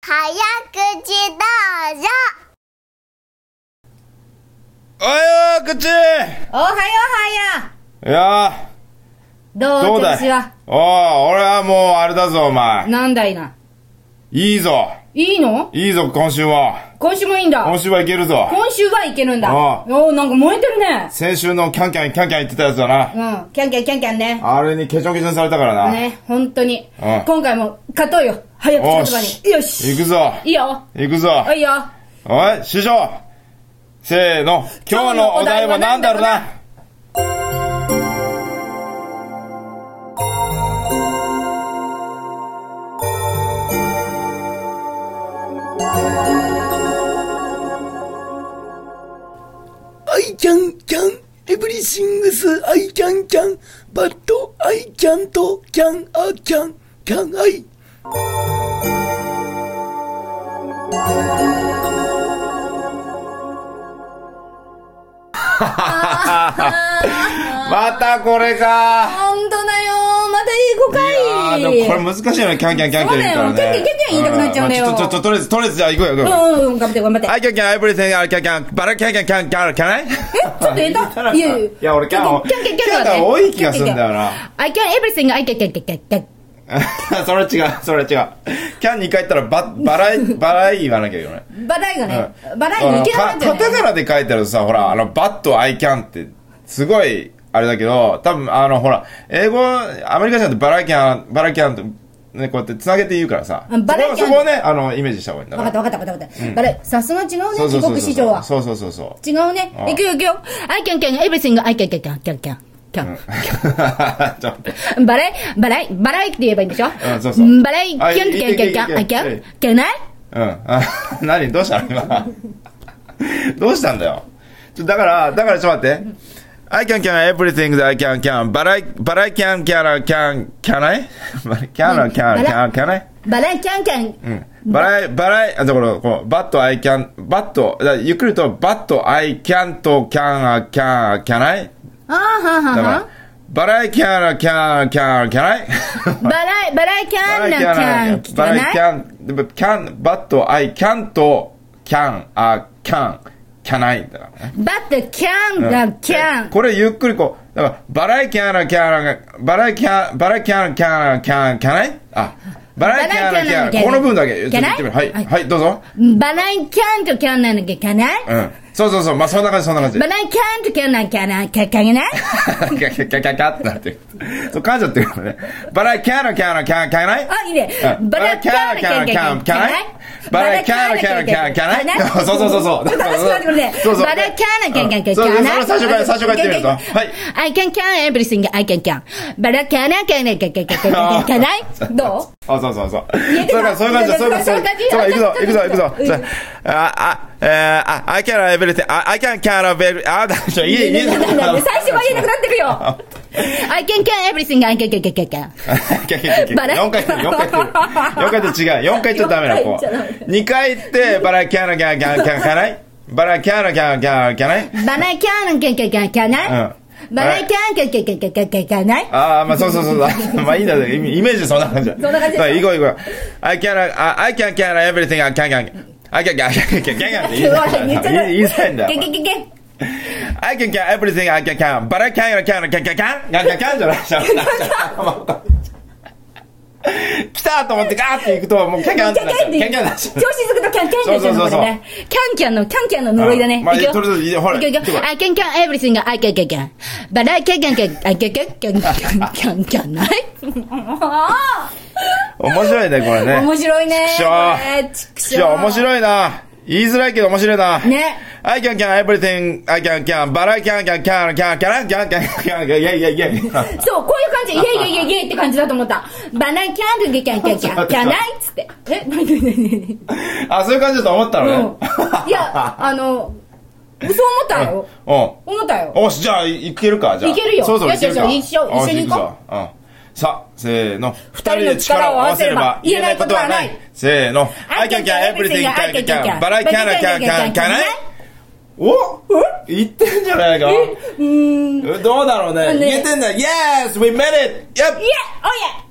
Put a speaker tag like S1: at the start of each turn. S1: 早口どうぞ
S2: おはよう、口い
S3: おはようはや
S2: や
S3: ど
S2: ー、
S3: う
S2: どうだ
S3: 調子はい
S2: おー、俺はもうあれだぞ、お前。
S3: なんだいない
S2: いぞ。
S3: いいの
S2: いいぞ、今週も。
S3: 今週もいいんだ
S2: 今週はいけるぞ。
S3: 今週はいけるんだ
S2: ああ
S3: おおなんか燃えてるね
S2: 先週のキャンキャン、キャンキャン言ってたやつだな。
S3: うんキャンキャンキャンキャンね
S2: あれにケチョンケチョンされたからな。
S3: ね本当に
S2: ああ
S3: 今回も勝とうよ早
S2: お
S3: 口
S2: ー
S3: 言葉によし
S2: 行くぞ。
S3: いいよ
S2: 行くぞ
S3: お。いよ
S2: おい、師匠。せーの。今日のお題は何だろうな。
S4: I can can everything's I can can but I can't can I can can I
S2: またこれか。
S3: 本当だよまた英語
S2: い
S3: か
S2: や
S3: い
S2: ー、でもこれ難しいよね、キャンキャン、キャンキャン言ったらね。
S3: そうだよキャンキャンキャンキャン言いたくなっちゃうんだよ
S2: んちょっと、ちょっと、とりあえず、とりあえず、じゃあ行こうよ、行こうよ。
S3: うんうんうん頑張って頑張って
S2: はい、キャンキャン、エブリティング、キャンキャン、バラキャンキャン、キャンキャン、キャン キャン。
S3: えちょっとえたいやいや
S2: いや俺キャン
S3: キャンキャンキャン
S2: キャンが多い気がするんだよな
S3: I can everything I can can can can can
S2: それ違う、それ違う。キャン2回言ったらバ、バライ、バライ言わなきゃいけない。
S3: バライがね
S2: うん
S3: バライにいけなかったよ
S2: かカタカ
S3: ね
S2: ナで書いてあるとさ、ほら、あの、バット、アイキャンって、すごい、あれだけど、多分、あの、ほら、英語、アメリカ人だとバラキャン、バラキャンって、ね、こうやって繋げて言うからさ。
S3: うんバラキャン
S2: そこはそこをね、あの、イメージした方がいいんだ
S3: わかったわかったわかったわかったバライさすがちのね
S2: そうそ
S3: 帰
S2: うそうそう
S3: 国市場は
S2: そうそうそうそう。
S3: 違うね
S2: あ。あ
S3: 行くよ行くよ。I can can everything I can can can can can can.
S2: ちょっと
S3: バラエ、バラエ、バラエって言えばいいんでしょ
S2: んそうそう
S3: バラエ、キ
S2: あいい
S3: ャンキャンキャンキャ
S2: い
S3: ン、
S2: い
S3: I
S2: いいいい
S3: can, can I?
S2: うん。あ 何どうしたの今。どうしたんだよ。ちょだから、だからちょっと待って。I can can everything that I can can, but I, but I can can can can I? can can can can I?
S3: バラエ、キャンキャン。
S2: バラエ、バラエ、あ、だから、こう、バット、アイキャン、バット、だゆっくりと、バット、アイキャンと、キャン、キャン、キャンアイ
S3: ああ、はんは
S2: だ
S3: ん
S2: か
S3: は
S2: ら、バラエ、キャン、キャン、キャン、キャンアイ
S3: ん。バラエ、バラエ、キャンキャン、キャ
S2: バ
S3: ン、
S2: ラキ
S3: can I?
S2: ャン、キャン、バット、アイ、キャンと、キャン、あ、キャン、キャナイだからね。
S3: バット、キャンが、キャン。
S2: これゆっくりこう、だから、バライキャナ、キャナ、バライキャン、バライキャナ、キャナ、キャン、キャナイあ、バライキャナ、キャナ、この分だけ、言ってみる。はい、はい、どうぞ。
S3: バラエ、キャンとキャンなんだっけ、can I?
S2: うん。そうそうそう、まあ、そんな感じ、そんな感じ
S3: バ。ラエ、キャンとキャンなん、can I? can can I?
S2: キャキャキャキャキャってなってる。そう、噛んじゃってるからね。バライキャナ、キャナ、キャン、キャナイ
S3: あ、いいね。
S2: バラキャラキャラキャンキャラバラキャラキャラキャンキャラそうそうそうそう
S3: 楽しくなってくるね。
S2: そうそう
S3: バラキャラキャンキャンキャンキ
S2: そう
S3: ャン。
S2: そう最初から最初から言ってみるぞはい
S3: I can can everything I can can. バラキャラキャラキャンキャンキャンキャンキャンキャン。どう
S2: あ、そうそうそう。
S3: 言えて
S2: そう
S3: た
S2: か、そういう感じだ、そういう感じ。
S3: そういう感じ
S2: そうか、行くぞ、行くぞ、行くぞ
S3: う。ん
S2: そうあ、あ、えー、あ、I can everything, I I can can everything, あ、だ、ちょ、いい、いい、いい。
S3: なんだなんだ最 初は言えなくなってくよ。I can can everything I can can can can can. バラ
S2: 4回言ってる、4回言ってる。4回と違う。4回言っちゃダメな
S3: 四
S2: 子
S3: 回言っちゃダ。
S2: 2回言って、バラキャラキャラキャラキャラキャライバラキャラキャラキャラキャライ
S3: バラキャラキャンキャンキャンキャンな。バラキャラキャンキャンキャンキャンキャンキャンな。
S2: ああ、まあそうそうそうだ。まあいいんだけど、イメイメージそんな感じだ。そ
S3: んな感じでしょ
S2: 行こう行こう。I can, I, I can can everything I can can. I can can, I can can, can can って言いたいん
S3: 言っちゃ
S2: だよ。
S3: ダメ
S2: 言いづらいんだ
S3: キャン
S2: よ
S3: キャ。ンキャンキャン
S2: I can can everything I can can. But I can, can, can, can, can, can, can, can じゃないじゃん。 来たと思ってガーって行くと、もうキャンキャンってなっちゃう。キャンキャンになっちゃ
S3: 調子づくとキャンキャンになっちゃうのこれね。キャンキャンの、キャンキャンの呪いだね。
S2: まあ
S3: いくよ
S2: とりあえずいいよほら
S3: いくよいく
S2: 行
S3: よ
S2: ってこい
S3: I can can everything I can can can. But I can can can, I can can can can can can ない
S2: う。面白いね、これね。
S3: 面白いね。
S2: ちくしょ
S3: これちくしょ
S2: いや、面白いな。言いづらいけど面白いな。
S3: ね。
S2: I can can everything, I can can, but I can can can can can can can can can いやいやいやいや。
S3: そう、こういう感じ。イェイイェイイェイイェイって感じだと思った。バナキャンルゲキャンキャンキャンキャンないっつって。え何何何
S2: あ、そういう感じだと思った
S3: 何
S2: のね。
S3: うん。いや、あの、そう思ったよ。
S2: う
S3: 思ったよ。
S2: ん。おし、じゃあ、いけるか、じゃあ。
S3: いけるよ
S2: そろそろ
S3: よしよし
S2: いけるか
S3: 一緒
S2: あ
S3: 一緒に行こう
S2: よし行くぞうん。さあ、せーの。
S3: 二人の力を合わせれば言えないことはない。
S2: せーの。
S3: I can can everything, I can can can.
S2: but I can can can can I? お言ってんじゃないか。
S3: うーん。
S2: どうだろうね。
S3: ね
S2: 言えてんだ。Yes! We made it! Yep!
S3: いや、おや